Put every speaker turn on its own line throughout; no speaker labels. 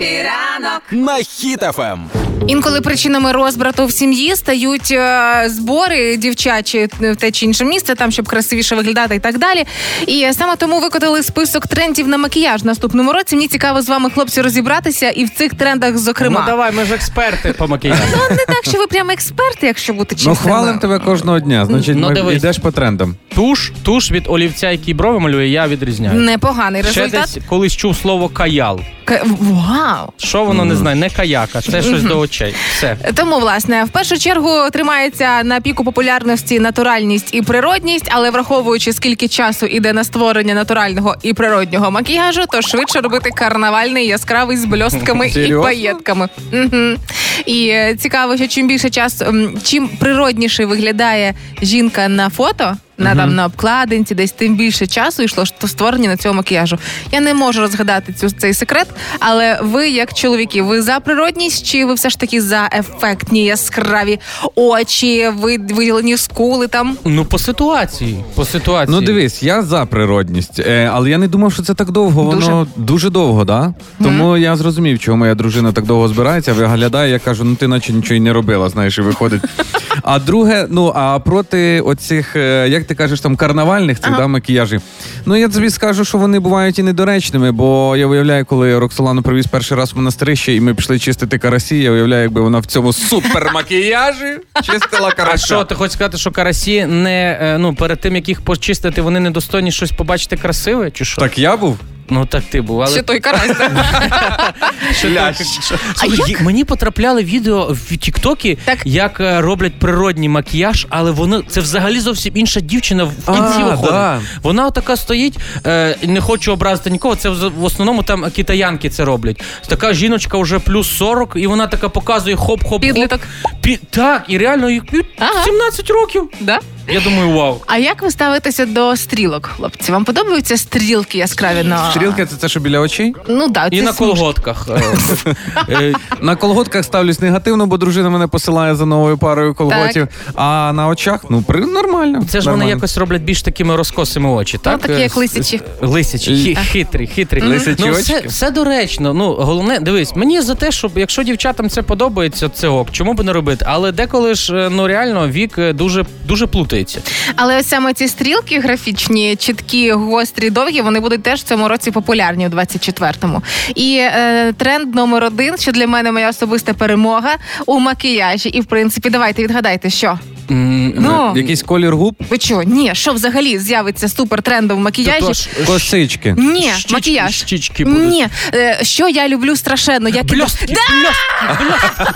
ранок.
на Хіт-ФМ.
Інколи причинами розбрату в сім'ї стають е, збори дівчачі в те чи інше місце, там щоб красивіше виглядати і так далі. І саме тому викотили список трендів на макіяж в наступному році. Мені цікаво з вами, хлопці, розібратися і в цих трендах, зокрема.
Ну давай, ми ж експерти по макіяжу.
Ну, не так, що ви прям експерти, якщо бути
Ну,
чесними.
хвалим тебе кожного дня. Значить,
Ну,
ми
дивись.
йдеш по трендам.
Туш, туш від олівця, який брови малює, я відрізняю.
Непоганий
Ще
результат.
десь колись чув слово каял.
К- Вау!
Що воно не знає? Не каяка, це щось до очей. Все.
Тому власне в першу чергу тримається на піку популярності натуральність і природність, але враховуючи скільки часу іде на створення натурального і природнього макіяжу, то швидше робити карнавальний яскравий з бльостками і
Серйозно?
паєтками. Мгм. І е, цікаво, що чим більше часу, м, чим природніше виглядає жінка на фото. На там на обкладинці, десь тим більше часу йшло що створення на цього макіяжу. Я не можу розгадати цю цей секрет, але ви, як чоловіки, ви за природність чи ви все ж таки за ефектні яскраві очі, ви виділені скули там?
Ну, по ситуації. По ситуації.
Ну дивись, я за природність, е, але я не думав, що це так довго. Воно дуже, довго, да? Тому я зрозумів, чому моя дружина так довго збирається, виглядає. Я кажу, ну ти наче нічого й не робила, знаєш, і виходить. А друге, ну а проти оцих, е, як ти кажеш, там карнавальних цих да, макіяжів. Ну я тобі скажу, що вони бувають і недоречними, бо я уявляю, коли Роксолану привіз перший раз в монастирище, і ми пішли чистити карасі, я уявляю, якби вона в цьому супермакіяжі чистила карася.
А що, ти хочеш сказати, що карасі не е, ну перед тим, як їх почистити, вони недостойні щось побачити красиве? Чи що?
Так я був?
Ну так ти був, але
Ще той карась. так?
Слухай, ї- мені потрапляли відео в Тіктокі,
Так.
як е, роблять природній макіяж, але воно це взагалі зовсім інша дівчина в
А,
кінці виходить.
да.
Вона така стоїть, е, не хочу образити нікого. Це в в основному там китаянки це роблять. Така жіночка вже плюс 40, і вона така показує хоп-хоп.
Підліток.
Пі... Так, і реально їй пі-
Ага.
17 років.
Да?
Я думаю, вау.
А як ви ставитеся до стрілок, хлопці? Вам подобаються стрілки яскраві на
Стрілки це те, що біля очей?
Ну да,
І
це
на
смішно.
колготках. е, е,
На колготках ставлюсь негативно, бо дружина мене посилає за новою парою колготів. А на очах, ну, при нормально.
Це ж
нормально.
вони якось роблять більш такими розкосими очі, так?
Ну, такі, як
Е,
лисячі.
с- с- Лисячі, хі- хитрі, хитрі.
Лисячі
ну,
очки?
все, все доречно. Ну, головне, дивись, мені за те, щоб якщо дівчатам це подобається, це ок, чому б не робити? Але деколи ж, е, ну реально, вік е, дуже, дуже плутається.
Але ось саме ці стрілки графічні, чіткі, гострі, довгі, вони будуть теж в цьому році популярні у 24-му. І е, тренд номер один, що для мене моя особиста перемога у макіяжі. І в принципі, давайте відгадайте, що Ну.
Якийсь колір губ,
ви чого? Ні, що взагалі з'явиться супер трендом в макіяжі?
Тож,
косички.
Ну,
Ні,
щічки-
макіяж.
щічки будуть.
Ні, е, що я люблю страшенно, як і
Бльостки, бльостки, бльостки.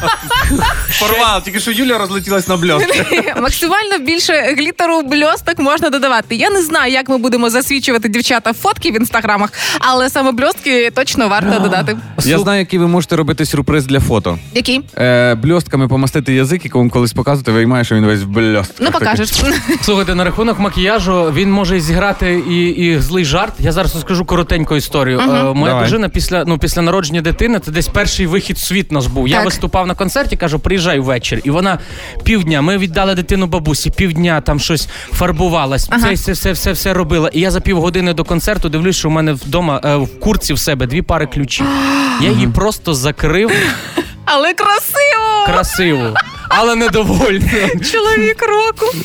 Порвав, тільки що Юля розлетілась на бльост.
Максимально більше глітеру бльосток можна додавати. Я не знаю, як ми будемо засвічувати дівчата фотки в інстаграмах, але саме бльостки точно варто додати. Ну,
Я знаю, який ви можете робити сюрприз для фото.
Які?
Е, бльостками помастити язик, і кому колись показувати, виймаєш, що він весь в бльостках.
Ну,
Такий.
покажеш.
Слухайте, на рахунок макіяжу він може і зіграти і, і злий жарт. Я зараз розкажу коротеньку історію. Е, моя
Давай.
дружина після ну після народження дитини це десь перший вихід в світ наш був. Я
Так.
виступав на концерті, кажу, приїжджай ввечері. І вона півдня. Ми віддали дитину бабусі, півдня там щось фарбувалась.
Ага.
Це все, все, все, все робила. І я за півгодини до концерту дивлюсь, що в мене вдома е, в курці в себе дві пари ключів. я її просто закрив
Але красиво!
красиво, але недовольно.
Чоловік року.